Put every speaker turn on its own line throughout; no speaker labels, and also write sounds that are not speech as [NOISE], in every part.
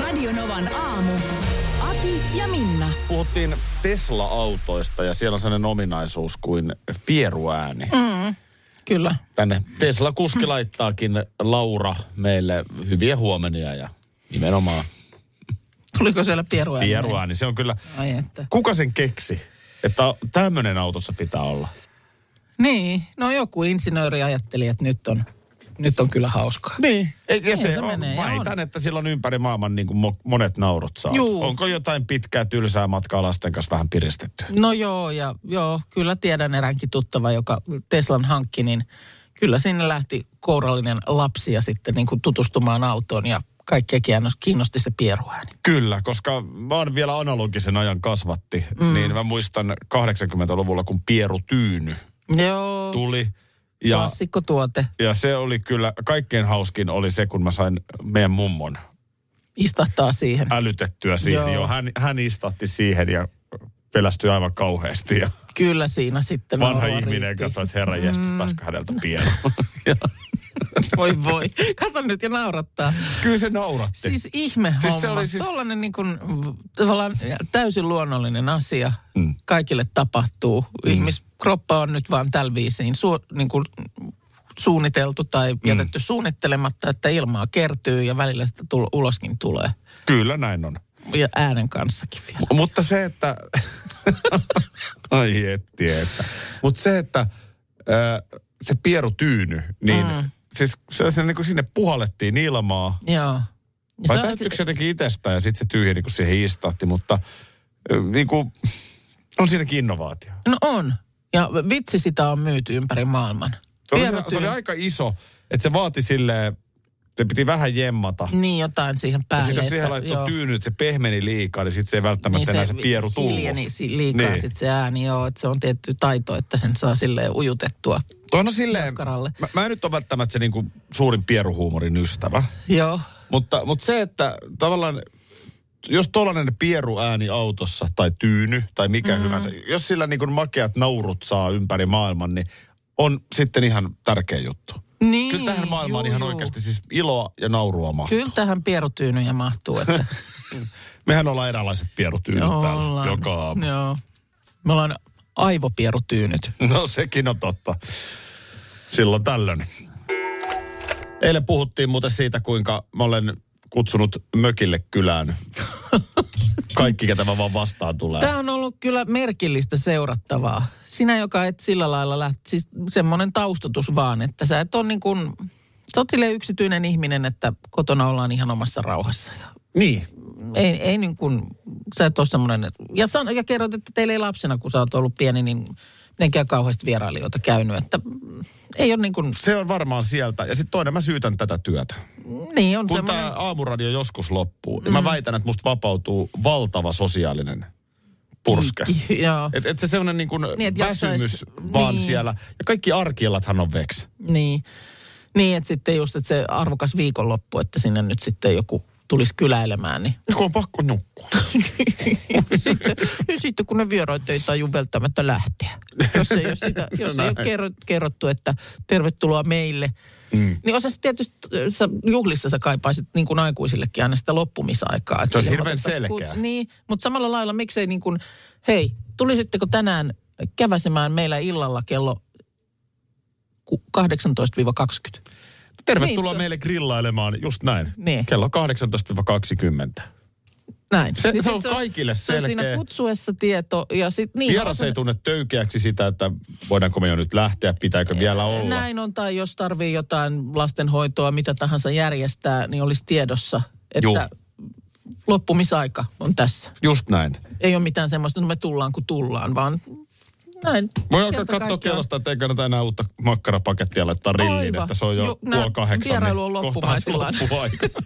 Radionovan aamu. Ati ja Minna.
Puhuttiin Tesla-autoista ja siellä on sellainen ominaisuus kuin pieruääni.
Mm, kyllä.
Tänne Tesla-kuski laittaakin Laura meille hyviä huomenia ja nimenomaan
Tuliko siellä pieruääni?
pieruääni. Se on kyllä,
Ai että.
kuka sen keksi, että tämmöinen autossa pitää olla?
Niin, no joku insinööri ajatteli, että nyt on, nyt on kyllä hauskaa.
Niin. Ja
Niin,
se,
se
on,
menee, ja
väitän,
on.
että silloin ympäri maailman niin kuin mo- monet naurut saa.
Juu.
Onko jotain pitkää tylsää matkaa lasten kanssa vähän piristetty?
No joo, ja joo, kyllä tiedän eräänkin tuttava, joka Teslan hankki, niin kyllä sinne lähti kourallinen lapsi ja sitten niin kuin tutustumaan autoon ja kaikkia kiinnos- kiinnosti se pieruääni.
Kyllä, koska mä oon vielä analogisen ajan kasvatti, mm. niin mä muistan 80-luvulla, kun Pieru Tyyny
Joo,
tuli. Ja,
klassikko tuote.
ja se oli kyllä, kaikkein hauskin oli se, kun mä sain meidän mummon
Istahtaa siihen.
älytettyä siihen. Joo.
Joo.
Joo, hän, hän istatti siihen ja pelästyi aivan kauheasti. Ja
Kyllä siinä sitten
vanha
naurua
ihminen
riitti.
katsoi, että herra jestas, pääskö häneltä Pieru.
Voi voi, kato nyt ja naurattaa.
kyllä se nauratti.
Siis ihme
Siis
homma.
se
Siis oli
oli siis-
siis... Tollainen niin kuin, tavallaan täysin luonnollinen asia. Mm. Kaikille tapahtuu. Mm. Ihmiskroppa on nyt vaan tällä viisiin su, niin kuin, suunniteltu tai mm. jätetty suunnittelematta, että ilmaa kertyy ja välillä sitä tul, uloskin tulee.
Kyllä näin on.
Ja äänen kanssakin vielä.
M- Mutta se, että... [LAUGHS] Ai etti, että... Mutta se, että ö, se pieru tyyny, niin mm. siis se, se niin kuin sinne puhallettiin ilmaa.
Joo. Ja
Vai
se on-
täyttyykö se jotenkin itsestään ja sitten se tyhjeni, kun siihen istahti, mutta ö, niin kuin, on siinäkin innovaatio.
No on. Ja vitsi sitä on myyty ympäri maailman.
Se oli,
Pierrotin-
se oli aika iso, että se vaati silleen, se piti vähän jemmata.
Niin jotain siihen
Ja
päälle.
sitten jos
että-
siihen laittoi
joo.
tyyny, että se pehmeni liikaa, niin sitten se ei välttämättä niin enää se pieru tullut.
Hiljeni si- liikaa
Niin.
niin. sit se ääni, joo, että se on tietty taito, että sen saa silleen ujutettua.
Toi on no silleen,
Jakkaralle.
mä, mä en nyt ole välttämättä se niinku suurin pieruhuumorin ystävä,
Joo,
mutta, mutta se, että tavallaan jos tuollainen pieruääni autossa tai tyyny tai mikä
Mm-hmm.
mm. hyvänsä, jos sillä niinku makeat naurut saa ympäri maailman, niin on sitten ihan tärkeä juttu.
niin.
Kyllä tähän maailmaan
juu,
ihan
juu.
oikeasti siis iloa ja naurua mahtuu.
Kyllä tähän pierutyynyjä mahtuu,
[LAUGHS]
että
Mehän ollaan eräänlaiset pierutyynyt
joo,
täällä
ollaan.
joka aamu.
Joo. Me ollaan aivopierutyynyt.
[LAUGHS] No sekin on totta. Silloin tällöin. Eilen puhuttiin muuten siitä, kuinka mä olen kutsunut mökille kylään. Kaikki, ketä mä vaan vastaan tulee.
Tämä on ollut kyllä merkillistä seurattavaa. Sinä, joka et sillä lailla lähti, siis semmoinen taustatus vaan, että sä et ole niin kuin, sä oot silleen yksityinen ihminen, että kotona ollaan ihan omassa rauhassa ja
Niin.
ei, ei niin kuin, sä et ole semmoinen, ja, san, ja kerroit, että teillä ei lapsena, kun sä oot ollut pieni, niin mitenkään kauheasti vierailijoita käynyt, että mm, ei ole niin kuin,
Se on varmaan sieltä. Ja sitten toinen, mä syytän tätä työtä.
niin on
Kun
semmoinen,
tämä aamuradio joskus loppuu, niin mä väitän, että musta vapautuu valtava sosiaalinen purske.
[LAUGHS] joo,
Et, et se semmoinen niin kuin
Niin, et
väsymys
jaksais-
vaan
niin.
siellä. Ja kaikki arkielathan on veks.
niin, niin, että sitten just, että se arvokas viikonloppu, että sinne nyt sitten joku tulisi kyläilemään, niin
Niin kun on pakko nukkua.
sitten, ja sitten kun ne vieraat ei taju välttämättä lähteä. Jos ei ole,
[LAUGHS] No
sitä, jos ei ole kerro- kerrottu, että tervetuloa meille. Mm. Niin osa se tietysti äh, sä, juhlissa sä kaipaisit niin kuin aikuisillekin aina sitä loppumisaikaa. että
Se olisi
sille
hirveän
otettaisiin Niin,
selkeää. Tervetuloa
Niin, to-
meille grillailemaan, just näin.
Niin.
Kello 18-20.
Näin. Niin
Se- se
sit
on kaikille
se on
selkeä.
siinä kutsuessa tieto ja sitten niin.
Vieras ei tunne töykeäksi sitä, että voidaanko me jo nyt lähteä, pitääkö vielä olla.
Näin on, tai jos tarvii jotain lastenhoitoa, mitä tahansa järjestää, niin olisi tiedossa, että loppumisaika on tässä.
Just näin.
Ei ole mitään semmoista, että me tullaan kun tullaan, vaan näin.
Voi alkaa
kerta
katsoa
kaikkiaan.
kellosta, että ei kannata enää uutta makkarapakettia laittaa rilliin,
Aivan.
että se on jo
Ju-
puoli
nää-
kahdeksan.
vierailu on
niin
loppumaisillaan. [LAUGHS]
kohtahan se loppuaika.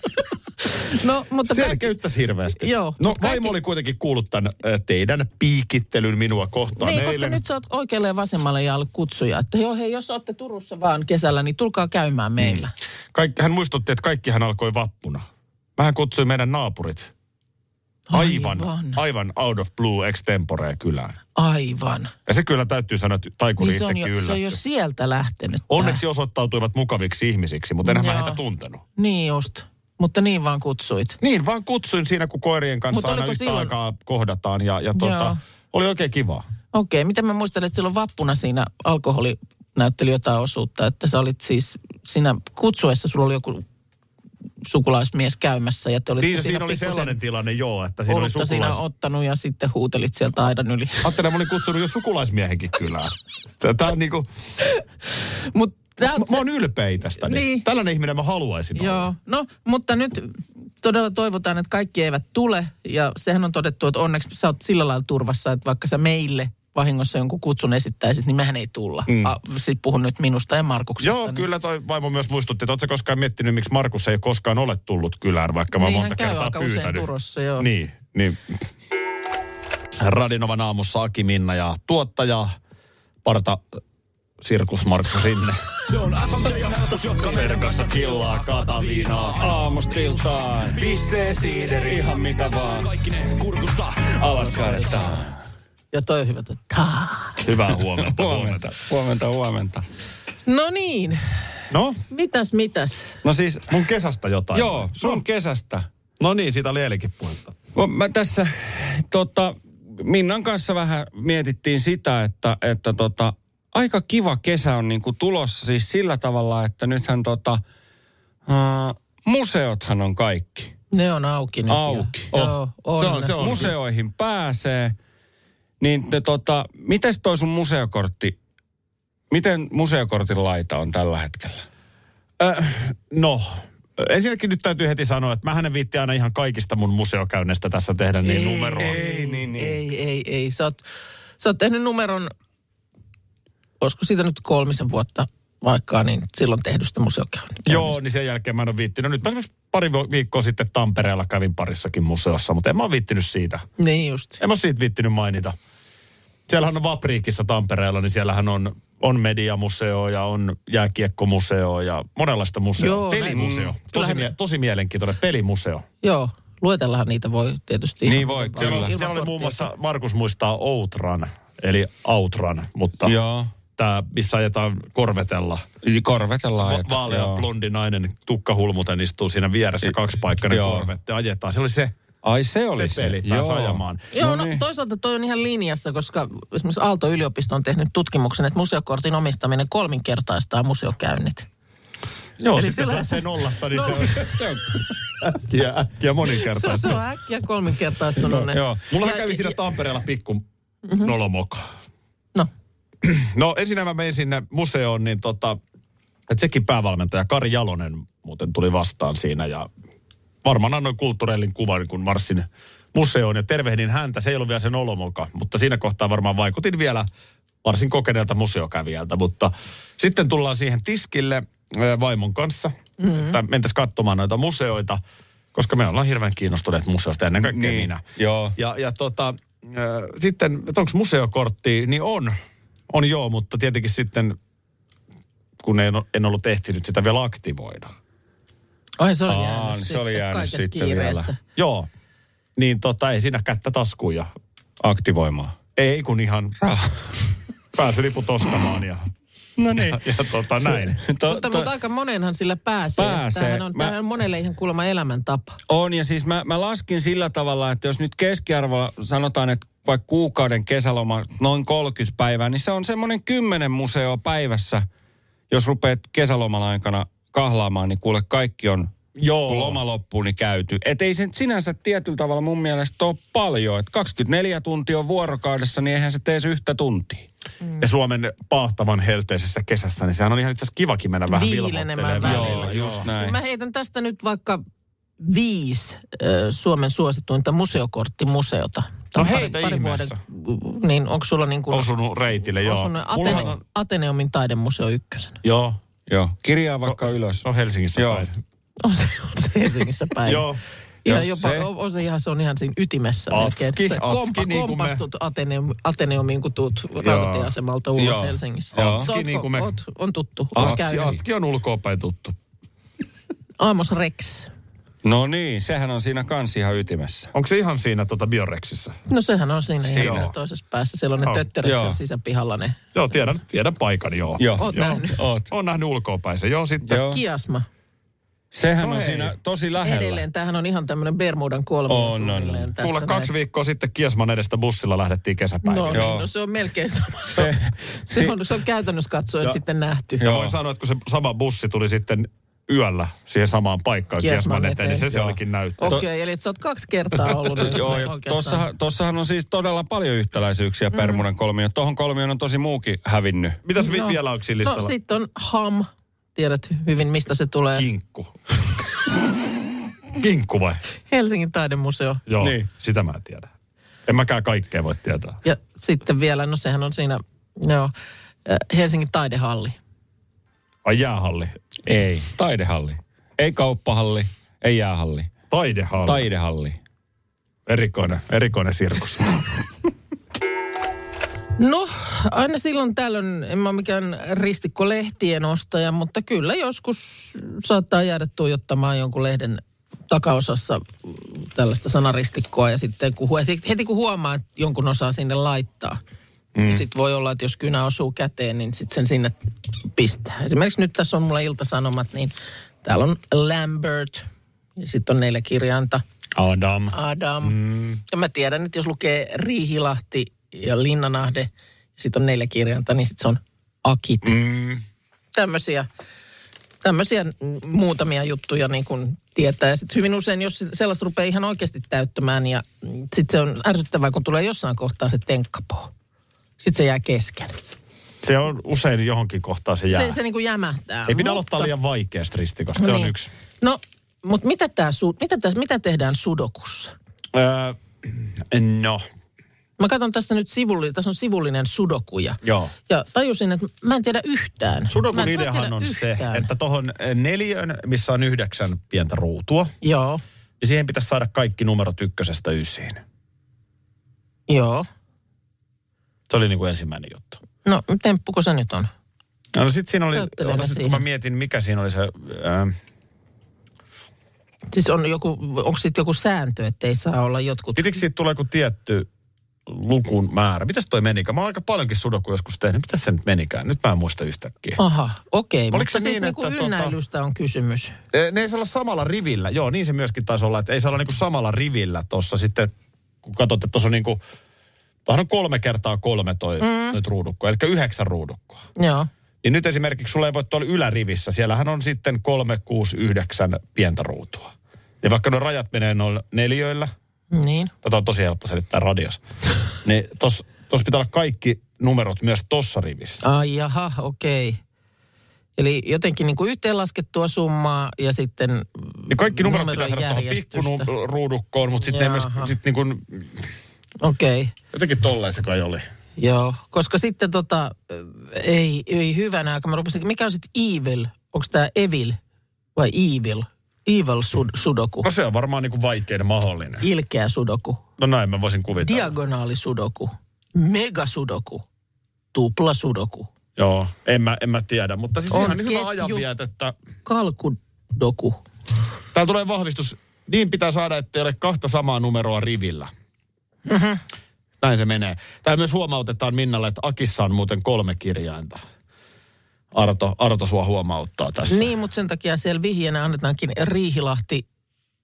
No, mutta kaikki,
Selkeyttäisi hirveästi.
Joo,
No
mutta
vaimo
kaikki-
oli kuitenkin kuullut tämän äh, teidän piikittelyn minua kohtaan
niin, koska
eilen.
nyt sä oot oikealle ja vasemmalle jaalle kutsuja. Että joo, hei, jos olette Turussa vaan kesällä, niin tulkaa käymään meillä.
Kaik, hän muistutti, että kaikkihan alkoi vappuna. Mähän kutsui meidän naapurit. Aivan,
Aivan.
aivan, aivan out of blue extemporea kylään.
Aivan.
Ja se kyllä täytyy sanoa, että taikuri
Niin
niin
se, on
itsekin
jo, se on jo
yllätty.
sieltä lähtenyt.
Onneksi osoittautuivat mukaviksi ihmisiksi, mutta enhän mä
Joo.
heitä tuntenut.
Tää. Niin just. Mutta niin vaan kutsuit.
Niin, vaan kutsuin siinä, kun koirien
Mut
kanssa aina
oliko
yhtä
silloin-
aikaa kohdataan. Ja, ja
Joo.
tota, oli oikein kivaa.
Okei, mitä mä muistelen, että silloin vappuna siinä alkoholi näytteli jotain osuutta, että sä olit siis siinä kutsuessa, sulla oli joku sukulaismies käymässä ja te olitte
Niin, siinä, siinä oli
pikkusen
sellainen tilanne, joo, että siinä oli
olutta siinä
sukulais...
ottanut ja sitten huutelit sieltä aidan yli. [LAUGHS]
Ajattelin, mä olin kutsunut jo sukulaismiehenkin kylään. Tää on niinku,
Mut
mä,
täältä,
mä oon ylpeä tästä.
Niin.
Niin. Tällainen ihminen mä haluaisin olla.
Joo, no mutta nyt todella toivotaan, että kaikki eivät tule ja sehän on todettu, että onneksi sä oot sillä lailla turvassa, että vaikka sä meille vahingossa jonkun kutsun esittäisit, niin mehän ei tulla. Mm. Sitten puhun nyt minusta ja Markuksesta.
Joo,
niin-
kyllä toi vaimo myös muistutti, että ootko sä koskaan miettinyt, miksi Markus ei koskaan ole tullut kylään, vaikka mä oon
Niin,
monta
hän käy
kertaa
aika usein
pyytänyt.
Turussa, joo.
Niin, niin. Radinovan aamussa Aki Minna ja tuottaja Parta Sirkus Markus Rinne.
[LAUGHS] Se on FMJ ja helpotus, jotka
Verkossa killaa kataviinaa.
aamustiltaan. Pissee siideri, ihan mitä vaan. Kaikki ne kurkusta alas kaadetaan.
Ja toi on hyvä. toi taa.
Hyvää huomenta.
Huomenta, huomenta, huomenta.
No niin,
No,
mitäs mitäs?
No siis,
mun kesästä jotain.
joo, sun kesästä.
No niin, siitä oli eilenkin puhetta.
No, Mä tässä tota, Minnan kanssa vähän mietittiin sitä, että, että tota, aika kiva kesä on niinku tulossa siis sillä tavalla, että nythän tota, uh, museothan on kaikki.
Ne on auki nyt.
Auki.
Ja, joo, on.
Se on, se on.
Museoihin pääsee. Niin te, tota, mites toi sun museokortti, miten museokortin laita on tällä hetkellä?
No, ensinnäkin nyt täytyy heti sanoa, että mähän en viitti aina ihan kaikista mun museokäynneistä tässä tehdä niin numeroa.
niin,
Ei, ei, ei. Sä oot, sä oot tehnyt numeron, olisiko siitä nyt kolmisen vuotta vaikka, niin silloin tehdystä museokäynnistä.
Joo, niin sen jälkeen mä en ole viittinyt. Nyt mä esimerkiksi pari vi- viikkoa sitten Tampereella kävin parissakin museossa, mutta en mä ole viittinyt siitä.
Niin just.
En mä ole siitä viittinyt mainita. Siellähän on Vapriikissa Tampereella, niin siellähän on, on mediamuseo ja on jääkiekkomuseo ja monenlaista museoa.
Joo, näin. Mm.
pelimuseo. Tosi,
Kyllähän-
mie- tosi mielenkiintoinen pelimuseo.
Joo, luetellaanhan niitä voi tietysti.
Niin
ihan
voi,
ilman-
kyllä.
ilman
Siellä oli muun
korttia.
muassa, Markus muistaa Outran, eli Outran, mutta
Joo.
tämä, missä ajetaan korvetella.
Korvetella
Va- Vaalea blondi nainen, tukkahulmuten istuu siinä vieressä kaksipaikkainen
joo.
korvette, ajetaan. Se oli se,
Ai se oli
se peli, pääsi
Joo.
ajamaan.
Joo, no,
No niin.
toisaalta toi on ihan linjassa, koska esimerkiksi Aalto-yliopisto on tehnyt tutkimuksen, että museokortin omistaminen kolminkertaistaa museokäynnit.
Joo,
Eli
sitten
sillä- No.
se on se nollasta, niin se on
Se on,
äkkiä, äkkiä
Se, on- se
moninkertaista.
on äkkiä kolminkertaistunut. ne.
joo.
Mulla
Ja-
kävi siinä
ja- Mhm.
Tampereella pikku nolomoka.
No,
No ensin mä menin sinne museoon, niin tota, että sekin päävalmentaja Kari Jalonen muuten tuli vastaan siinä ja varmaan annoin kulttuurellin kuvan, niin kun marssin museoon ja tervehdin häntä. Se ei ollut vielä sen olomoka, mutta siinä kohtaa varmaan vaikutin vielä varsin kokeneelta museokävijältä. Mutta sitten tullaan siihen tiskille ö, vaimon kanssa, mm-hmm. että mentäisiin katsomaan noita museoita, koska me ollaan hirveän kiinnostuneet museosta ennen kaikkea
Niin,
minä.
joo.
Ja, ja tota, äh, sitten, että onko museokortti, niin on. On joo, mutta tietenkin sitten, kun en, o- en ollut ehtinyt sitä vielä aktivoida.
ai se oli
Aa,
jäänyt,
niin se oli jäänyt
kaikessa
sitten
kiireessä.
vielä.
Joo. Niin tota, ei siinä kättä taskuun ja
Aktivoimaan.
ei kun ihan
Raha.
pääsy liput ostamaan ja,
No [LAUGHS] niin.
ja tota näin.
To,
Mutta, mutta aika monenhan sillä pääsee.
Pääsee.
Tämähän on,
Mä-
tämähän on monelle ihan kuulemma elämäntapa.
On, ja siis mä, mä laskin sillä tavalla, että jos nyt keskiarvolla sanotaan, että vaikka kuukauden kesäloma noin 30 päivää, niin se on semmoinen 10 museoa päivässä. Jos rupeat kesäloman aikana kahlaamaan, niin kuule kaikki on kun
Joo.
loma loppuun niin käyty. Et ei se nyt sinänsä tietyllä tavalla mun mielestä ole paljon. Et 24 tuntia on vuorokaudessa, niin eihän se tee se yhtä tuntia.
mm.
Ja Suomen paahtavan helteisessä kesässä, niin sehän on ihan itse asiassa kivakin mennä vähän
Viilenemään
vilvoittelemaan.
välillä. Joo,
just näin.
Mä heitän tästä nyt vaikka viisi ö, Suomen suosituinta museokorttimuseota. Tää on
No heitä ihmeessä.
vuoden- niin onko sulla niin kuin...
Osunut reitille, joo.
osunut
Mullahan
Atene,
on,
Ateneumin taidemuseo ykkösen.
joo,
Joo, kirjaa vaikka ylös.
se on Helsingissä
Joo.
päin.
On se, on se. Helsingissä
[LAUGHS]
päin.
Joo.
Ihan
Jos
jopa,
se-
se... on, on se ihan, se on ihan siinä ytimessä.
Atski,
melkein, että se
atski, niin kuin me-
kompastut Ateneum, Ateneumiin, kun tuut rautatieasemalta ulos
Joo.
Helsingissä.
Joo.
Sä
Atski,
oot,
niin kuin me-
oot, on tuttu. Oot
Atski,
käynyt.
Atski on ulkoapäin tuttu.
Aamos Rex.
No niin, sehän on siinä kans ihan ytimessä.
Onko se ihan siinä tota Bioreksissa?
No sehän on siinä,
Siinä.
siinä. ihan toisessa päässä. Siellä on ne
Joo.
tötteröt
Joo.
siellä sisäpihalla ne.
Joo, tiedän, tiedän paikan, joo.
Joo.
Oot
Joo.
nähnyt.
Oot.
On nähnyt ulkoapäin se. Joo, sitten
Joo.
Kiasma.
Sehän
No
on
ei.
siinä tosi lähellä.
Edelleen, tämähän on ihan tämmöinen Bermudan kolmio
On, on,
suunnilleen
on.
tässä
kuule
näin.
kaksi viikkoa sitten Kiesman edestä bussilla lähdettiin kesäpäivillä.
No,
No.
Joo.
niin, no se on melkein sama. [LAUGHS]
Se, si,
Se on, se on käytännössä katsoen
Joo.
sitten nähty.
Joo.
Voin sanoa, että kun se sama bussi tuli sitten yöllä siihen samaan paikkaan
Kiesman
Kiesman eteen, niin se
eteen.
se
Joo.
olikin näyttö.
Okei, okay, eli et sä oot kaksi kertaa ollut niin
[LAUGHS] Joo, ja tossahan, tossahan on siis todella paljon yhtäläisyyksiä mm. Permunan kolmioon. Tuohon kolmioon on tosi muukin hävinnyt.
Mitäs vi- vielä onko siinä listalla?
No sitten on ham. Tiedät hyvin, mistä se tulee.
Kinkku. Kinkku vai?
Helsingin taidemuseo.
Joo,
Niin.
niin. sitä mä en tiedä. En mäkään kaikkea voi tietää.
Ja sitten vielä, no sehän on siinä, joo, äh, Helsingin taidehalli.
Ai jäähalli.
Ei. Taidehalli. Ei kauppahalli, ei jäähalli.
Taidehalli.
Taidehalli.
Erikoinen, erikoinen sirkus.
No, aina silloin tällöin, en mä ole mikään ristikko lehtien ostaja, mutta kyllä joskus saattaa jäädä tuijottamaan jonkun lehden takaosassa mm, tällaista sanaristikkoa ja sitten kun, hu- heti, heti kun huomaa, että jonkun osaa sinne laittaa, mm. sitten voi olla, että jos kynä osuu käteen, niin sitten sen sinne pistää. Esimerkiksi nyt tässä on mulla iltasanomat, niin täällä on Lambert ja sitten on neljä kirjainta –
Adam.
Adam. Mm. Ja mä tiedän, että jos lukee Riihilahti ja Linnanahde, ja sitten on neljä kirjainta, niin sitten se on Akit. Mm. Tämmöisiä, tämmöisiä mm, muutamia juttuja niin kun tietää. Ja sitten hyvin usein, jos sellaista rupeaa ihan oikeasti täyttämään, ja sitten se on ärsyttävää, kun tulee jossain kohtaa se tenkkapoo. Sitten se jää kesken.
Se on usein johonkin kohtaan se jää.
Se, se niin kuin jämähtää.
Ei pidä
Mutta-
aloittaa liian vaikeasta ristikosta, se
No
on
niin.
yksi.
No, mutta mitä, tää, su- mitä, tää, mitä tehdään sudokussa?
Öö, no,
Mä katson tässä nyt sivullinen, tässä on sivullinen sudokuja.
Joo.
Ja tajusin, että mä en tiedä yhtään. Mä
Sudokun
en- mä en
ideahan
tiedä
on se,
yhtään.
että tuohon neljön, missä on yhdeksän pientä ruutua,
Joo,
niin siihen pitäisi saada kaikki numerot ykkösestä ysiin.
joo.
Se oli niin kuin ensimmäinen juttu.
No, temppuko se nyt on?
No sitten siinä oli,
Näyttelemä
ota sit, kun
siinä.
mä mietin, mikä siinä oli se, ää,
Siis on joku, onko sitten joku sääntö, että ei saa olla jotkut...
pitikö siitä tulee joku tietty lukun määrä? Mitäs toi menikään? Mä oon aika paljonkin sudoku joskus tehnyt. Mitäs se nyt menikään? Nyt mä en muista yhtäkkiä.
Aha, okei.
Oliko
Mutta
se
siis
niin,
niinku
että tota-
ynnäilystä on kysymys.
Eh, Ne ei saa olla samalla rivillä. Joo, niin se myöskin taisi olla, että ei saa olla niinku samalla rivillä tuossa sitten, kun katsotte, tuossa on niinku, tuohan on kolme kertaa kolme toi, mm. nyt ruudukko, eli yhdeksän ruudukkoa.
Joo,
Niin nyt esimerkiksi sulla ei voi tuolla ylärivissä, siellähän on sitten kolme, kuusi, yhdeksän pientä ruutua. Ja vaikka nuo rajat menee noilla neljöillä,
niin.
tätä on tosi helppo selittää radios, niin tuossa pitää olla kaikki numerot myös tuossa rivissä.
Ai jaha, okei. Eli jotenkin niin kuin yhteenlaskettua summaa ja sitten...
Niin kaikki numerot
numeron
pitää saada tuohon
järjestystä.
pikkuruudukkoon, mutta sitten myös,
Jaha.
sit niin kuin,
Okei.
jotenkin tolleen se kai oli.
Joo, koska sitten tota, äh, ei, ei hyvänä aika. Mä rupesin, mikä on sitten evil? Onko tämä evil vai evil? Evil sud, sudoku.
No se on varmaan niin kuin vaikein mahdollinen.
Ilkeä sudoku.
No näin mä voisin kuvitella.
Diagonaali sudoku. Mega sudoku. Tupla sudoku.
Joo, en mä, en mä tiedä, mutta siis
On
ihan
ketju.
hyvä ajanvietettä.
Kalkudoku.
Täällä tulee vahvistus. Niin pitää saada, ettei ole kahta samaa numeroa rivillä. Mm-hmm.
Mhm.
Näin se menee. Täällä myös huomautetaan Minnalle, että Akissa on muuten kolme kirjainta. Arto, Arto sua huomauttaa tässä.
Niin, mutta sen takia siellä vihjeenä annetaankin Riihilahti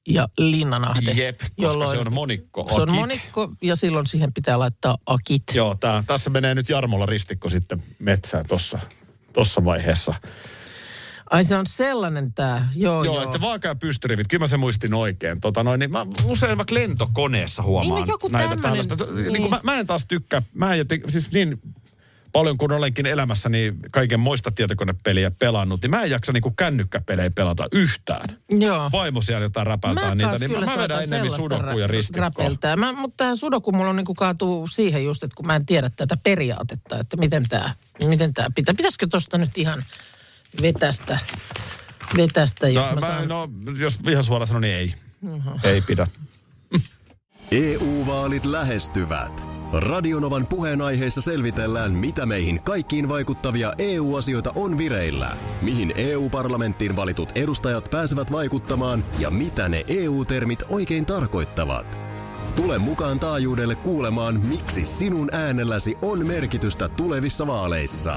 ja Linnanahde.
Jep, koska se on monikko.
Se on
Akit.
monikko ja silloin siihen pitää laittaa akit.
Joo, tää, tässä menee nyt Jarmolla ristikko sitten metsään tossa, tossa vaiheessa.
Ai se on sellainen tämä. Joo,
Joo,
joo.
joo. että vaaka- ja pystyrivit, kyllä mä sen muistin oikein. Tota noin, niin mä usein vaikka lentokoneessa huomaan
Niin, no joku
näitä
tämmönen,
tällaista. Niin. Niin
niin.
kuin mä, mä en taas tykkää, mä en joten, siis niin paljon kun olenkin elämässäni kaiken moista tietokonepeliä pelannut, niin mä en jaksa niinku kännykkäpelejä pelata yhtään.
Joo.
Vaimo siellä jotain räpäytää
Mä
niitä,
taas
niin mä,
kyllä
mä vedän
saatan
enemmän
sellaista
sudokuja
rä-
ristikkoon.
räpeltää. Mä, mutta tämä sudoku mulla on niinku kaatuu siihen just, että kun mä en tiedä tätä periaatetta, että miten tämä miten tää pitää. Pitäisikö tuosta nyt ihan vetästä Vetä sitä, jos
No,
no, mä,
mä,
saan.
no, jos ihan suoraan sanon, niin ei. Ei pidä.
EU-vaalit E lähestyvät. Radionovan puheenaiheessa selvitellään, mitä meihin kaikkiin vaikuttavia EU-asioita on vireillä, mihin EU-parlamenttiin valitut edustajat pääsevät vaikuttamaan ja mitä ne EU-termit oikein tarkoittavat. Tule mukaan taajuudelle kuulemaan, miksi sinun äänelläsi on merkitystä tulevissa vaaleissa.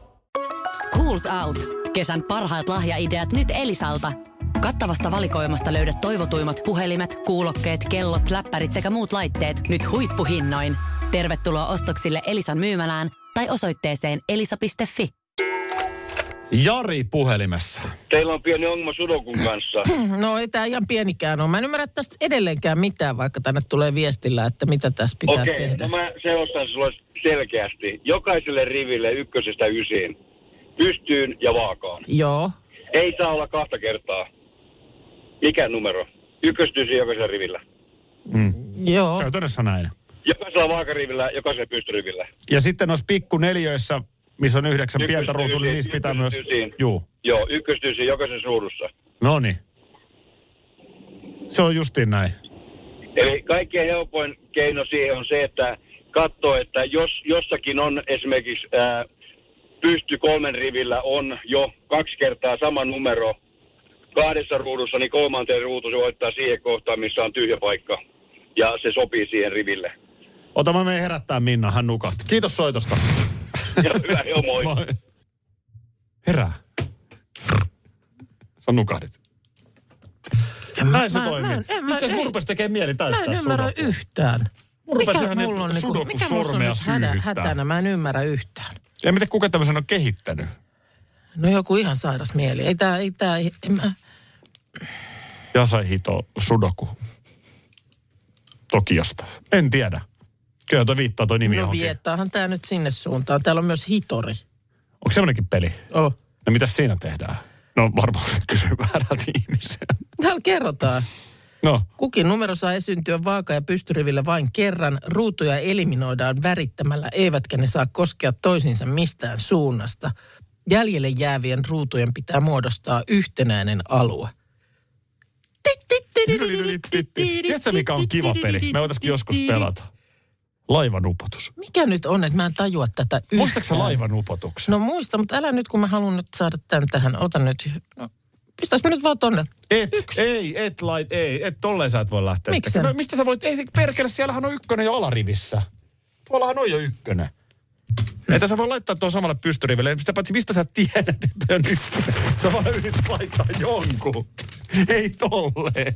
Schools Out. Kesän parhaat lahjaideat nyt Elisalta. Kattavasta valikoimasta löydät toivotuimmat puhelimet, kuulokkeet, kellot, läppärit sekä muut laitteet nyt huippuhinnoin. Tervetuloa ostoksille Elisan myymälään tai osoitteeseen elisa.fi.
Jari puhelimessa.
Teillä on pieni ongelma Sudokun kanssa.
No ei tämä ihan pienikään ole. Mä en ymmärrä tästä edelleenkään mitään, vaikka tänne tulee viestillä, että mitä tässä pitää
Okei,
tehdä.
no mä selostan sulle selkeästi. Jokaiselle riville ykkösestä ysiin. Pystyyn ja vaakaan.
Joo.
Ei saa olla kahta kertaa. Mikä numero? Ykköstä ysiin jokaisella rivillä.
Joo.
Käytännössä näin.
Jokaisella vaakarivillä, jokaisella pystyrivillä.
Ja sitten noissa pikku neljöissä, missä on yhdeksän
Ykköstä
pientä ruutua, niin
ysiin,
niissä pitää
ykköstä
myös...
ysiin.
Juu.
Joo, ykköstä ysiin jokaisen suurussa.
No niin. Se on justiin näin.
Eli kaikkein helpoin keino siihen on se, että katsoo, että jos jossakin on esimerkiksi ää, pysty kolmen rivillä on jo kaksi kertaa sama numero kahdessa ruudussa, niin kolmanteen ruutu se voittaa siihen kohtaan, missä on tyhjä paikka. Ja se sopii siihen riville.
Ota mä menen herättää Minna, hän nukahti. Kiitos soitosta.
Ja hyvä, joo, moi.
Moi. Herää. Sä nukahdit. Näin se
mä-
toimii.
mä en- en-
Itse
mä-
asiassa mun
ei.
rupesi tekemään mieli
Mä en
täyttää
ymmärrä
sudokua.
yhtään.
Mun rupesi
Mikä
ihan
mulla on,
nyt
niinku,
sudoku
mikä mulla on
sormea
nyt hädä,
syyhyttää.
hätänä? Mä en ymmärrä yhtään.
Ja miten kuka tämmöisen on kehittänyt?
No joku ihan sairas mieli. Ei tää, ei tää, ei, en mä,
Jasahito Sudoku. Tokiosta. En tiedä. Kyllä toi viittaa toi nimi
no
johonkin.
viettäähän tää nyt sinne suuntaan. Täällä on myös hitori.
Onko semmoinenkin peli?
Oh.
No mitä siinä tehdään? No varmaan [LAUGHS] kysy väärältä ihmiseltä.
Täällä kerrotaan.
No,
Kukin numero saa esiintyä vaaka- ja pystyrivillä vain kerran. Ruutuja eliminoidaan värittämällä, eivätkä ne saa koskea toisiinsa mistään suunnasta. Jäljelle jäävien ruutujen pitää muodostaa yhtenäinen alue.
Tiedätkö mikä on kiva peli? Me voitaisiin joskus pelata. Laivanupotus.
Mikä nyt on, että mä en tajua tätä
Muistatko sä
yhtään?
laivanupotuksen?
No muista, mutta älä nyt, kun mä haluan nyt saada tämän tähän. Ota nyt. No, pistäis mä nyt vaan tonne.
et, ei, et lait, ei, et tolleen sä et voi lähteä.
Miksen?
tekemään. No, mistä sä voit, ei perkele, siellähän on ykkönen jo alarivissä. Tuollahan on jo ykkönen. Että sä voi laittaa tuon samalle pystyrivelle. Sitä paitsi mistä sä tiedät, että on ykkönen. Sä vaan yrität laittaa jonkun. Ei tolleen.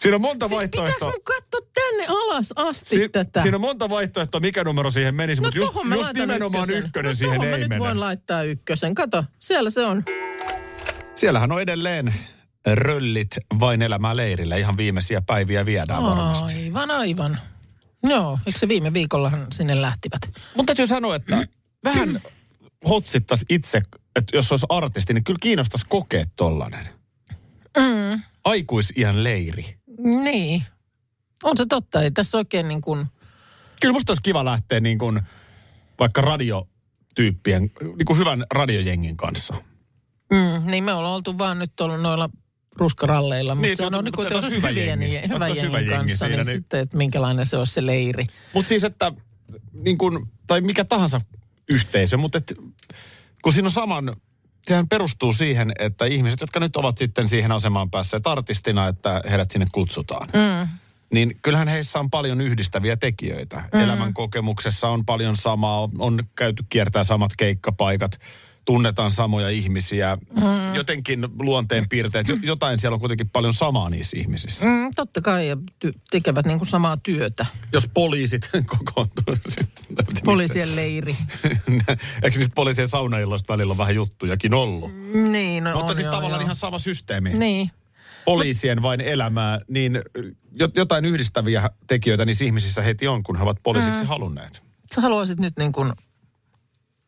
Siinä on monta
Siis pitäis
vaihtoehtoa.
mun katsoa tänne alas asti
Siin-
tätä? No
Siinä on monta vaihtoehtoa, mikä numero siihen menisi, mutta just,
tohon mä
just
laitan
nimenomaan ykkönen,
no,
siihen
tohon
ei
mä
mene.
nyt voin laittaa ykkösen. Kato, siellä se on.
Siellähän on edelleen röllit vain elämää leirillä. Ihan viimeisiä päiviä viedään varmasti.
Aivan, aivan. Joo, eikö se viime viikollahan sinne lähtivät?
Mun täytyy sanoa, että vähän hotsittas itse, että jos olisi artisti, niin kyllä kiinnostaisi kokea tollanen. Mm. Aikuisiän leiri.
Niin. On se totta, ei tässä oikein niin kuin...
Kyllä musta olisi kiva lähteä niin kuin vaikka radiotyyppien, niin kuin hyvän radiojengin kanssa.
Mm, niin me ollaan oltu vaan nyt ollut noilla ruskaralleilla, mutta
Niin,
niin, se on,
se on-
on niin
mutta
kuin
tässä on hyvä
hyvien,
jengi.
niin- hyvä
Tässä on
jengin
hyvä jengi
kanssa,
siinä,
niin,
niin-
sitten, että minkälainen se olisi se leiri.
Mutta siis, että niin kun, tai mikä tahansa yhteisö, mutta et, kun siinä on saman, sehän perustuu siihen, että ihmiset, jotka nyt ovat sitten siihen asemaan päässeet artistina, että heidät sinne kutsutaan. Mm. Niin kyllähän heissä on paljon yhdistäviä tekijöitä. Mm. Elämän kokemuksessa on paljon samaa, on käyty kiertää samat keikkapaikat, tunnetaan samoja ihmisiä, mm. jotenkin luonteen piirteet, jo- jotain siellä on kuitenkin paljon samaa niissä ihmisissä. Mm.
Mm, totta kai, ja ty- tekevät niin kuin samaa työtä.
Jos poliisit [LAUGHS] kokoontuu.
Poliisien leiri.
[LAUGHS] Eikö niistä poliisien saunailloista välillä on vähän juttujakin ollut? Mm.
Niin, no
Mutta
on,
siis
joo,
tavallaan
joo.
ihan sama systeemi.
Niin.
poliisien vain elämää, niin jo- jotain yhdistäviä tekijöitä niissä ihmisissä heti on, kun he ovat poliisiksi mm. halunneet.
Sä haluaisit nyt niin kuin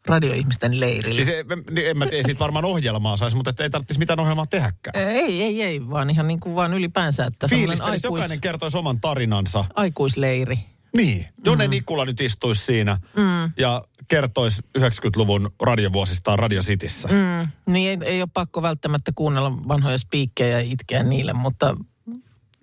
radioihmisten leirille.
Siis en, niin en mä tiedä, siitä varmaan ohjelmaa saisi, mutta että ei tarvitsisi mitään ohjelmaa tehdäkään.
Ei, ei, ei, vaan ihan niin kuin vaan ylipäänsä, että
Fiilis,
semmoinen aikuis,
jokainen kertoisi oman tarinansa.
aikuisleiri.
Niin. Jone
Mm.
Nikula nyt istuisi siinä mm. ja kertoisi 90-luvun radiovuosistaan Radio Cityssä. Mm.
Mm, niin ei, ei ole pakko välttämättä kuunnella vanhoja spiikkejä ja itkeä niille, mutta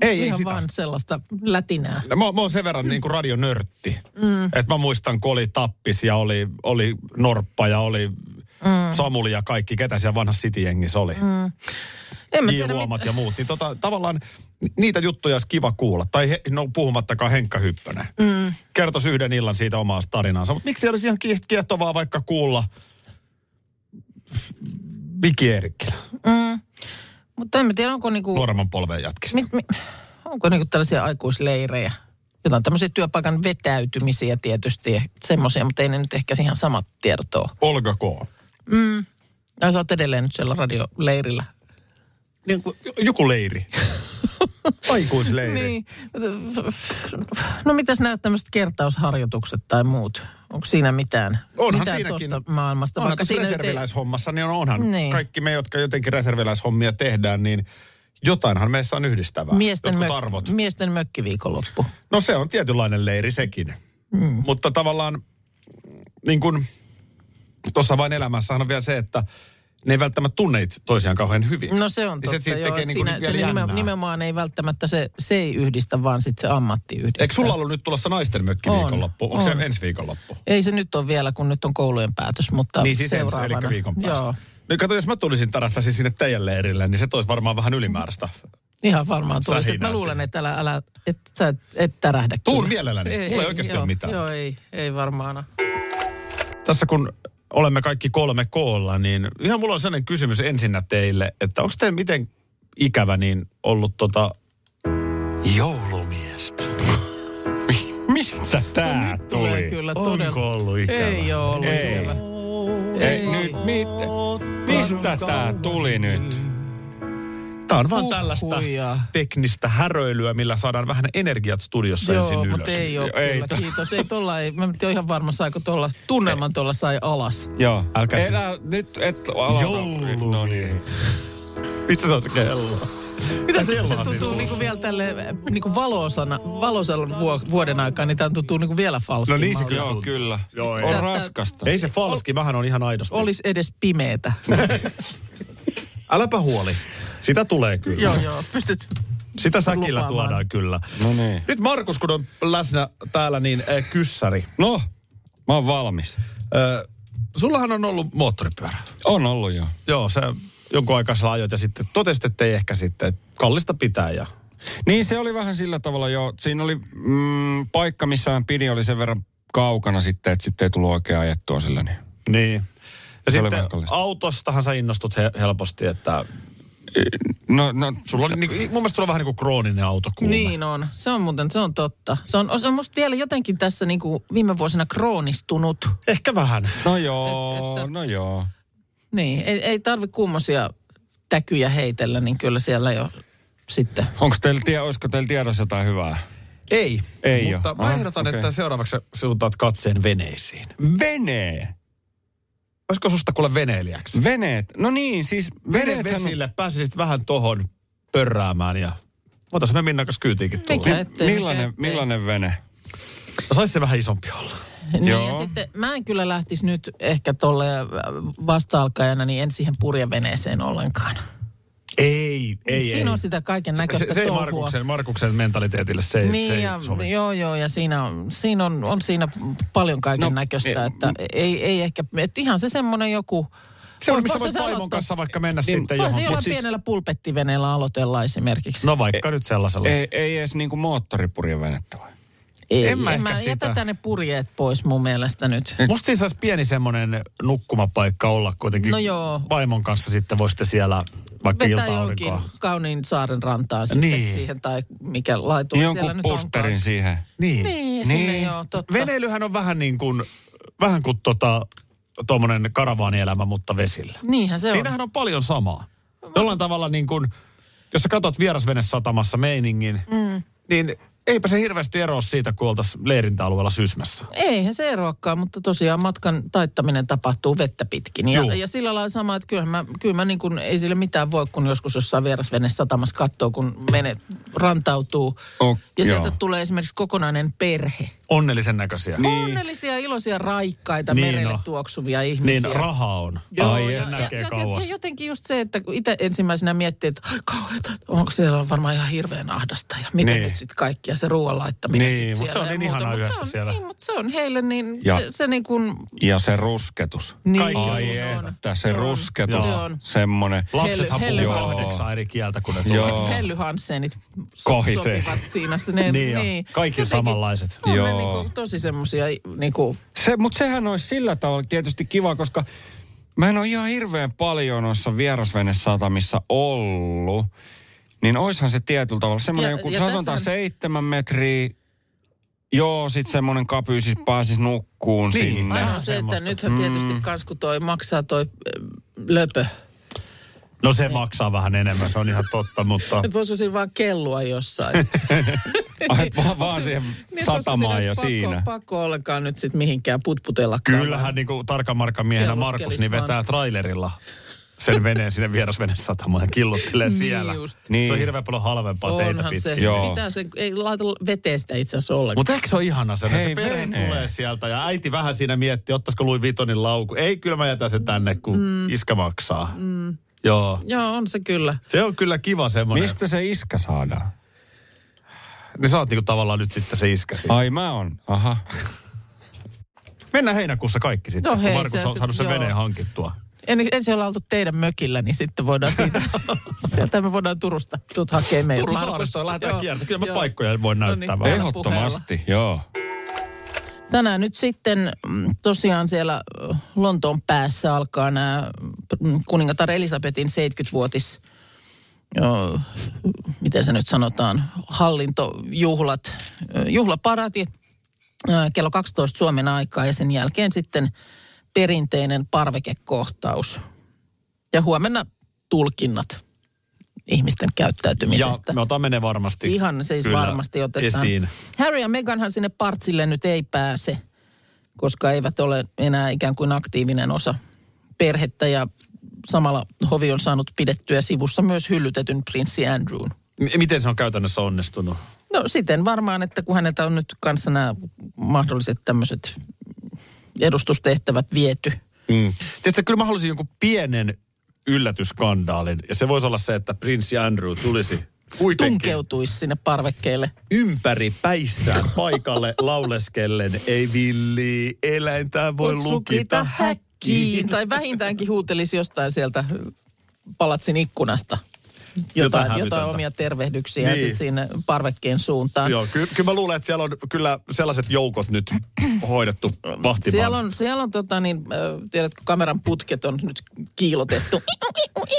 Ei, ei
ihan
sitä.
vaan sellaista lätinää.
No, Mä, mä oon sen verran niin kuin radionörtti, mm. että mä muistan, kun oli Tappis ja oli, oli Norppa ja oli mm. Samuli ja kaikki, ketä siellä vanhassa City-jengissä oli. Mm.
En mä tiedä,
J-luomat ja muut. Niin tota, tavallaan ni- niitä juttuja olisi kiva kuulla. Tai he, no puhumattakaan Henkka Hyppönen. Mm. Kertoisi yhden illan siitä omaa tarinaansa. Mutta miksi ei olisi ihan kieh- kiehtovaa vaikka kuulla Viki Eerikkilä,
mit- mutta en mä tiedä, onko, niinku,
nuoremman polven jatkista.
mit, mit, onko niinku tällaisia aikuisleirejä. Jotain tämmöisiä työpaikan vetäytymisiä tietysti, semmoisia, mutta ei ne nyt ehkä ihan samat tiedot ole.
Olga K.
Ja sä oot edelleen nyt siellä radioleirillä.
Niin, kuin j- joku [LAUGHS] leiri. Aikuisleiri.
Niin. No mitäs nämä tämmöiset kertausharjoitukset tai muut? Onko siinä mitään?
Onhan
mitään
siinäkin.
tuosta maailmasta?
Onhan
vaikka
tässä
siinä nyt ei-
reserviläishommassa, niin onhan
Niin.
kaikki me, jotka jotenkin reserviläishommia tehdään, niin jotainhan meissä on yhdistävää.
Miesten,
Jotkut
mök-
arvot.
miesten mökkiviikonloppu.
No se on tietynlainen leiri sekin. Mm. Mutta tavallaan niin kuin tuossa vain elämässähän on vielä se, että ne ei välttämättä tunne itse toisiaan kauhean hyvin.
No se on
Niin
totta,
sitten
joo,
tekee
et
niin
siinä,
kuin
se
vielä
nime-
jännää.
nimenomaan ei välttämättä se, se ei yhdistä, vaan sitten se ammatti yhdistää.
Eikö sulla ollut nyt tulossa naisten mökki
On,
viikonloppu? Onko se
on.
ensi viikonloppu?
Ei se nyt ole vielä, kun nyt on koulujen päätös, mutta
Niin siis ensi,
seuraavana.
eli viikon päästä.
Joo,
No kato, jos mä tulisin tärähtäisin sinne teidän leirille, niin se toisi varmaan vähän ylimääräistä.
ihan varmaan tulisi.
Sähinää
Mä luulen,
siihen.
että älä, älä et, sä et, et tärähdä.
Tuun
kyllä. [LAUGHS]
mielelläni. Mulla ei oikeasti
joo,
ole mitään.
Joo, ei, ei varmaan.
Tässä kun olemme kaikki kolme koolla, niin ihan mulla on sellainen kysymys ensinnä teille, että onko teillä miten ikävä niin ollut tota joulumiestä?
Mistä tää
Nyt tulee
tuli?
kyllä todella.
Onko ollut ikävä?
Ei ole ollut
Ei.
ikävä.
Ei, nyt mit, mistä tää tuli nyt?
Tämä on vaan
Huhhuja.
tällaista teknistä häröilyä, millä saadaan vähän energiat studiossa
Joo,
ensin ylös.
mutta ei ole
Joo, ei
kyllä,
to-
kiitos. Ei tolla, ei, mä en tiedä ihan varma, saiko tuolla, tunnelman tuolla sai alas.
Joo.
Älkää
Elä, nyt et aloita.
Joulu.
No niin.
Itse se on se kello.
Mitä
se
se,
on
se tuntuu
nyt?
niinku vielä tälle niinku valosana, valosana vuo- vuoden aikaan, niin tämä tuntuu niinku vielä
No niin se
falskimmalta.
kyllä
Joo,
tuntuu.
kyllä.
Joo, ei.
on
Tää-
raskasta.
Ei se falski, vähän on ihan aidosti.
Olisi edes pimeetä.
Äläpä huoli. Sitä tulee kyllä.
joo, joo, pystyt.
Sitä säkillä
Lupaamaan.
tuodaan kyllä.
No niin.
Nyt Markus, kun on läsnä täällä, niin äh, kyssäri.
No, mä oon valmis.
Äh, sullahan on ollut moottoripyörä.
On ollut jo.
Joo, sä jonkun aikaa sä ajoit ja sitten totesit, että ei ehkä sitten. että Kallista pitää ja...
Niin se oli vähän sillä tavalla jo. Siinä oli mm, paikka, missä mä pidin, oli sen verran kaukana sitten, että sitten ei tullut oikein ajettua sillä. Niin.
Niin. Ja
Se oli
sitten
vähän kallista.
autostahan sä innostut he- helposti, että
No, no,
sulla oli, niinku, mun mielestä sulla on vähän niin kuin krooninen autokuume.
Niin on. Se on muuten, se on totta. Se on, se on musta vielä jotenkin tässä niinku viime vuosina kroonistunut.
Ehkä vähän.
no joo,
Et- et-
no joo.
Niin, ei, ei tarvi kummosia täkyjä heitellä, niin kyllä siellä jo sitten.
Onko teillä, tie, olisiko teillä tiedossa jotain hyvää?
Ei.
Ei
Mutta
oo.
mä
Aha,
ehdotan,
okei.
että seuraavaksi sä suuntaat katseen veneisiin.
Vene!
Olisiko susta kuule veneilijäksi?
Veneet! No niin, siis
Vene
veneet
vesille, pääsisit vähän tohon pörräämään ja otas me Minnan kanssa kyytiinkin tulla.
Mikä ettei,
Millainen,
mikä ettei.
millainen vene?
Saisi se vähän isompi olla.
Niin,
Joo.
ja sitten mä en kyllä lähtisi nyt ehkä tolle äh, vasta-alkajana, niin en siihen purjeveneeseen ollenkaan.
Ei, ei,
Siinä on sitä kaiken
se,
näköistä
se ei
touhua.
Markuksen, Markuksen mentaliteetille, se, ei- se
Niin,
ei
ja,
sovi.
joo, joo, ja siinä, on- siinä on, on siinä paljon kaiken
No,
näköistä,
e-
että ei, ei ehkä, että ihan se semmoinen joku...
Se on,
voisi
missä voisi
se
vaimon
aloittaa?
kanssa vaikka mennä sitten
Voisi
johonkin.
jollain
Mut siis-
pienellä pulpettiveneellä aloitella esimerkiksi.
No vaikka nyt sellaisella.
Ei, ei edes niinku moottoripurjevenettä vai?
Ei,
En mä
en
ehkä
mä
sitä.
jätä tänne purjeet pois mun mielestä nyt.
Musta siinä saisi siis pieni semmoinen nukkumapaikka olla kuitenkin.
No joo.
Vaimon kanssa sitten voisitte siellä vaikka
Vetää
ilta-aurinkoa.
johonkin kauniin saaren rantaan sitten
Niin.
siihen tai mikä laituri siellä
Jonkun
nyt
pusterin
onkaan.
siihen.
Niin.
Niin, sinne
Niin.
joo, totta.
Veneilyhän on vähän niin kuin, vähän kuin tota, tuommoinen karavaanielämä, mutta vesillä.
Niinhän se on.
Siinähän on paljon samaa. Jollain tavalla niin kuin, jos sä katsot vierasvenesatamassa meiningin, mm. niin eipä se hirveästi eroa siitä, kun oltaisiin leirintäalueella Sysmässä.
Eihän se eroakaan, mutta tosiaan matkan taittaminen tapahtuu vettä pitkin.
Juu.
Ja, ja sillä lailla sama, että kyllähän mä, kyllä mä niin kuin, ei sille mitään voi, kun joskus jossain vierasvene satamassa katsoo, kun mene rantautuu.
Oh,
ja
joo.
sieltä tulee esimerkiksi kokonainen perhe.
Onnellisen näköisiä.
Niin. Onnellisia, iloisia, raikkaita,
Niin
niin merelle
on.
no. tuoksuvia ihmisiä.
Niin, rahaa on.
Joo,
Ai,
ja, ja,
näkee
ja,
kauas.
ja jotenkin just se, että kun itse ensimmäisenä miettii, että ai kauheeta, että onko siellä on varmaan ihan hirveän ahdasta ja mitä
Niin.
niin. nyt sitten kaikki ja se ruoan laittaminen
Niin,
sit
mut
siellä
se on
ja
niin
muuta.
ihanaa
Mut
yhdessä
se on,
siellä.
Niin, mutta se on heille niin,
Ja-
se, se niin kuin...
Ja se rusketus.
Niin,
Ai
se on.
että, se rusketus.
Se on.
Semmoinen.
Lapsethan
Helle-
puhuu
helle-
kahdeksan eri kieltä, kun ne
Joo.
tulee.
Helly Hansenit so-
Kohisee.
sopivat siinä. Se ne,
[LAUGHS] Niin,
niin,
jo.
niin.
Kaikki samanlaiset.
On
Joo.
ne niinku, tosi semmosia niinku,
Se, mutta sehän olisi sillä tavalla tietysti kiva, koska mä en ole ihan hirveän paljon noissa vierasvenesatamissa ollut. Niin oishan se tietyllä tavalla semmoinen
Ja-
joku,
ja
sanotaan
tässähän-
seitsemän metriä, joo, sit semmoinen kapy, siis pääsis nukkuun
Niin,
niin, sinne.
aina on se, että
semmoista. Mm.
nythän tietysti kans kun toi maksaa toi ö, löpö.
No
Niin.
se maksaa vähän enemmän, se on ihan totta, mutta...
Että voisiko siinä vaan kellua jossain.
[LAUGHS]
Ai, vaan, vaan siihen
Niin, että olisiko
satamaan
siinä
ja
pakko,
siinä.
Pakko ollenkaan nyt sitten mihinkään putputella.
Kyllähän niin kuin tarkan markan miehenä
Kelluskelis
Markus niin
vaan.
vetää trailerilla sen veneen sinne vierasvenesatamaan ja killottelee
Niin
siellä.
just.
Niin.
Se on hirveän paljon halvempaa teitä
Onhan se.
pitkin.
Joo.
Pitää sen, ei laita veteen sitä itse asiassa ollenkaan.
Mutta eikö se ole ihana se, se
Hei,
perhe
vene.
tulee sieltä ja äiti vähän siinä miettii, ottaisiko Louis Vitonin lauku. Ei, kyllä mä jätän sen tänne, kun
Mm.
iskä maksaa. Joo.
Joo, on se kyllä.
Se on kyllä kiva semmoinen.
Mistä se iskä saadaan?
Niin sä oot niinku tavallaan nyt sitten se iskä siinä.
Ai mä on, aha.
Mennään heinäkuussa kaikki sitten,
No
kun
hei,
Markus
se-
on saanut sen
joo.
veneen hankittua.
En, ensin ollaan oltu teidän mökillä, niin sitten voidaan
[LAUGHS]
siitä, sieltä me voidaan Turusta, tuut hakee meitä.
Turun
Markus,
saaristoon lähdetään
joo,
kiertämään. Kyllä mä
joo.
paikkoja voin
No
näyttää
niin.
vähän.
Eho-
Ehdottomasti, joo.
Tänään nyt sitten mm, tosiaan siellä ö, Lontoon päässä alkaa nämä mm, kuningatar Elisabetin 70-vuotis, ö, miten se nyt sanotaan, hallintojuhlat, ö, juhlaparati ö, kello 12 Suomen aikaa ja sen jälkeen sitten perinteinen parvekekohtaus. Ja huomenna tulkinnat ihmisten
Ja
käyttäytymisestä.
me otamme ne varmasti.
Ihan siis
kyllä
varmasti otetaan.
Esiin.
Harry ja Meghanhan sinne partsille nyt ei pääse, koska eivät ole enää ikään kuin aktiivinen osa perhettä ja samalla hovi on saanut pidettyä sivussa myös hyllytetyn prinssi Andrewn.
M- miten se on käytännössä onnistunut?
No siten varmaan, että kun häneltä on nyt kanssa nämä mahdolliset tämmöiset edustustehtävät viety.
Mm. Tiedätkö, kyllä mä haluaisin jonkun pienen yllätysskandaalin. Ja se voisi olla se, että prinssi Andrew tulisi kuitenkin
Tunkeutuisi sinne parvekkeelle.
ympäri
[LAUGHS]
päissään paikalle lauleskellen. Ei villi, eläintä voi
Mut
lukita, lukita häkkiin.
Tai vähintäänkin huutelisi jostain sieltä palatsin ikkunasta.
Jotain
Jotain,
hävytöntä.
jotain omia tervehdyksiä
Niin.
niin. sit siinä parvekkeen suuntaan.
Joo, ky- kyllä mä luulen, että siellä on kyllä sellaiset joukot nyt hoidettu vahtimaan.
Siellä on, siellä on tota niin, äh, tiedätkö, kameran putket on nyt kiilotettu. [LAUGHS]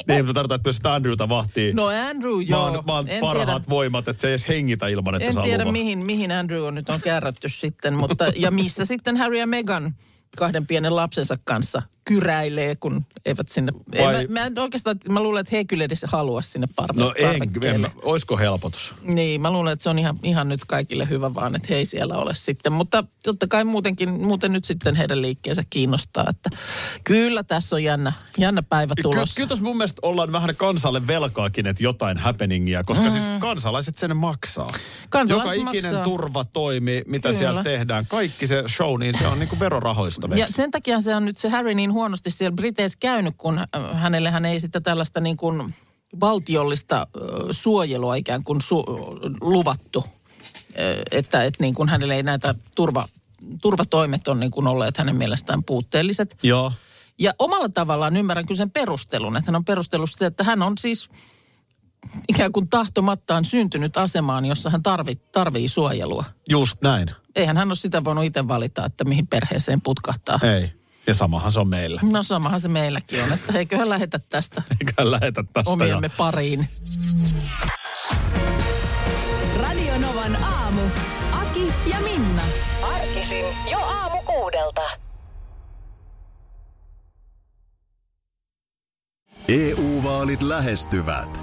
Niin, mutta tarkoitan, että myös sitä Andrewta vahtii.
No Andrew,
Mä
joo.
oon, mä oon parhaat tiedä. voimat, että se ei edes hengitä ilman, että
en
se saa
tiedä
luvan.
mihin, mihin Andrew on nyt on kärrätty sitten, mutta ja missä sitten Harry ja Meghan kahden pienen lapsensa kanssa kyräilee, kun eivät sinne... Ei,
Vai-
mä, mä, en oikeastaan, mä luulen, että he kyllä edes halua sinne parve,
No en,
parvekkeelle.
en, mä- oisko helpotus?
Niin, mä luulen, että se on ihan, ihan nyt kaikille hyvä vaan, että he ei siellä ole sitten. Mutta totta kai muutenkin, muuten nyt sitten heidän liikkeensä kiinnostaa, että kyllä tässä on jännä, jännä päivä
Kyllä,
tulossa.
kyllä tässä mun mielestä ollaan vähän kansalle velkaakin, että jotain happeningia, koska mm. siis kansalaiset sen maksaa. Joka
Kansalaiset
ikinen
maksaa.
turvatoimi, mitä
Kyllä.
siellä tehdään, kaikki se show, niin se on niinku verorahoista.
Ja
veksi.
sen takia se on nyt se Harry niin huonosti siellä Briteissä käynyt, kun äh, hänelle hän ei sitä tällaista niin kuin valtiollista äh, suojelua ikään kuin su- luvattu. Äh, Että, että niin kuin hänelle ei näitä turva, turvatoimet on niin kuin olleet hänen mielestään puutteelliset.
Joo.
Ja omalla tavallaan ymmärrän kyllä sen perustelun, että hän on perustellut sitä, että hän on siis ikään kuin tahtomattaan syntynyt asemaan, jossa hän tarvi, tarvii suojelua.
Just näin.
Eihän hän ole sitä voinut itse valita, että mihin perheeseen putkahtaa.
Ei. Ja samahan se on meillä. [LAUGHS]
No samahan se meilläkin on, että eiköhän lähetä tästä
Eikä lähetä tästä.
omiemme pariin.
Radio Novan aamu. Aki ja Minna.
Arkisin jo aamu kuudelta.
EU-vaalit E lähestyvät.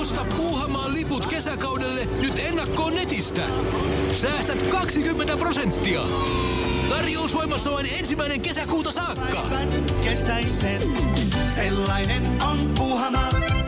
Osta Puuhamaan liput kesäkaudelle nyt ennakkoon netistä. Säästät 20 prosenttia. Tarjous voimassa vain ensimmäinen kesäkuuta saakka.
kesäisen. Sellainen on puhana.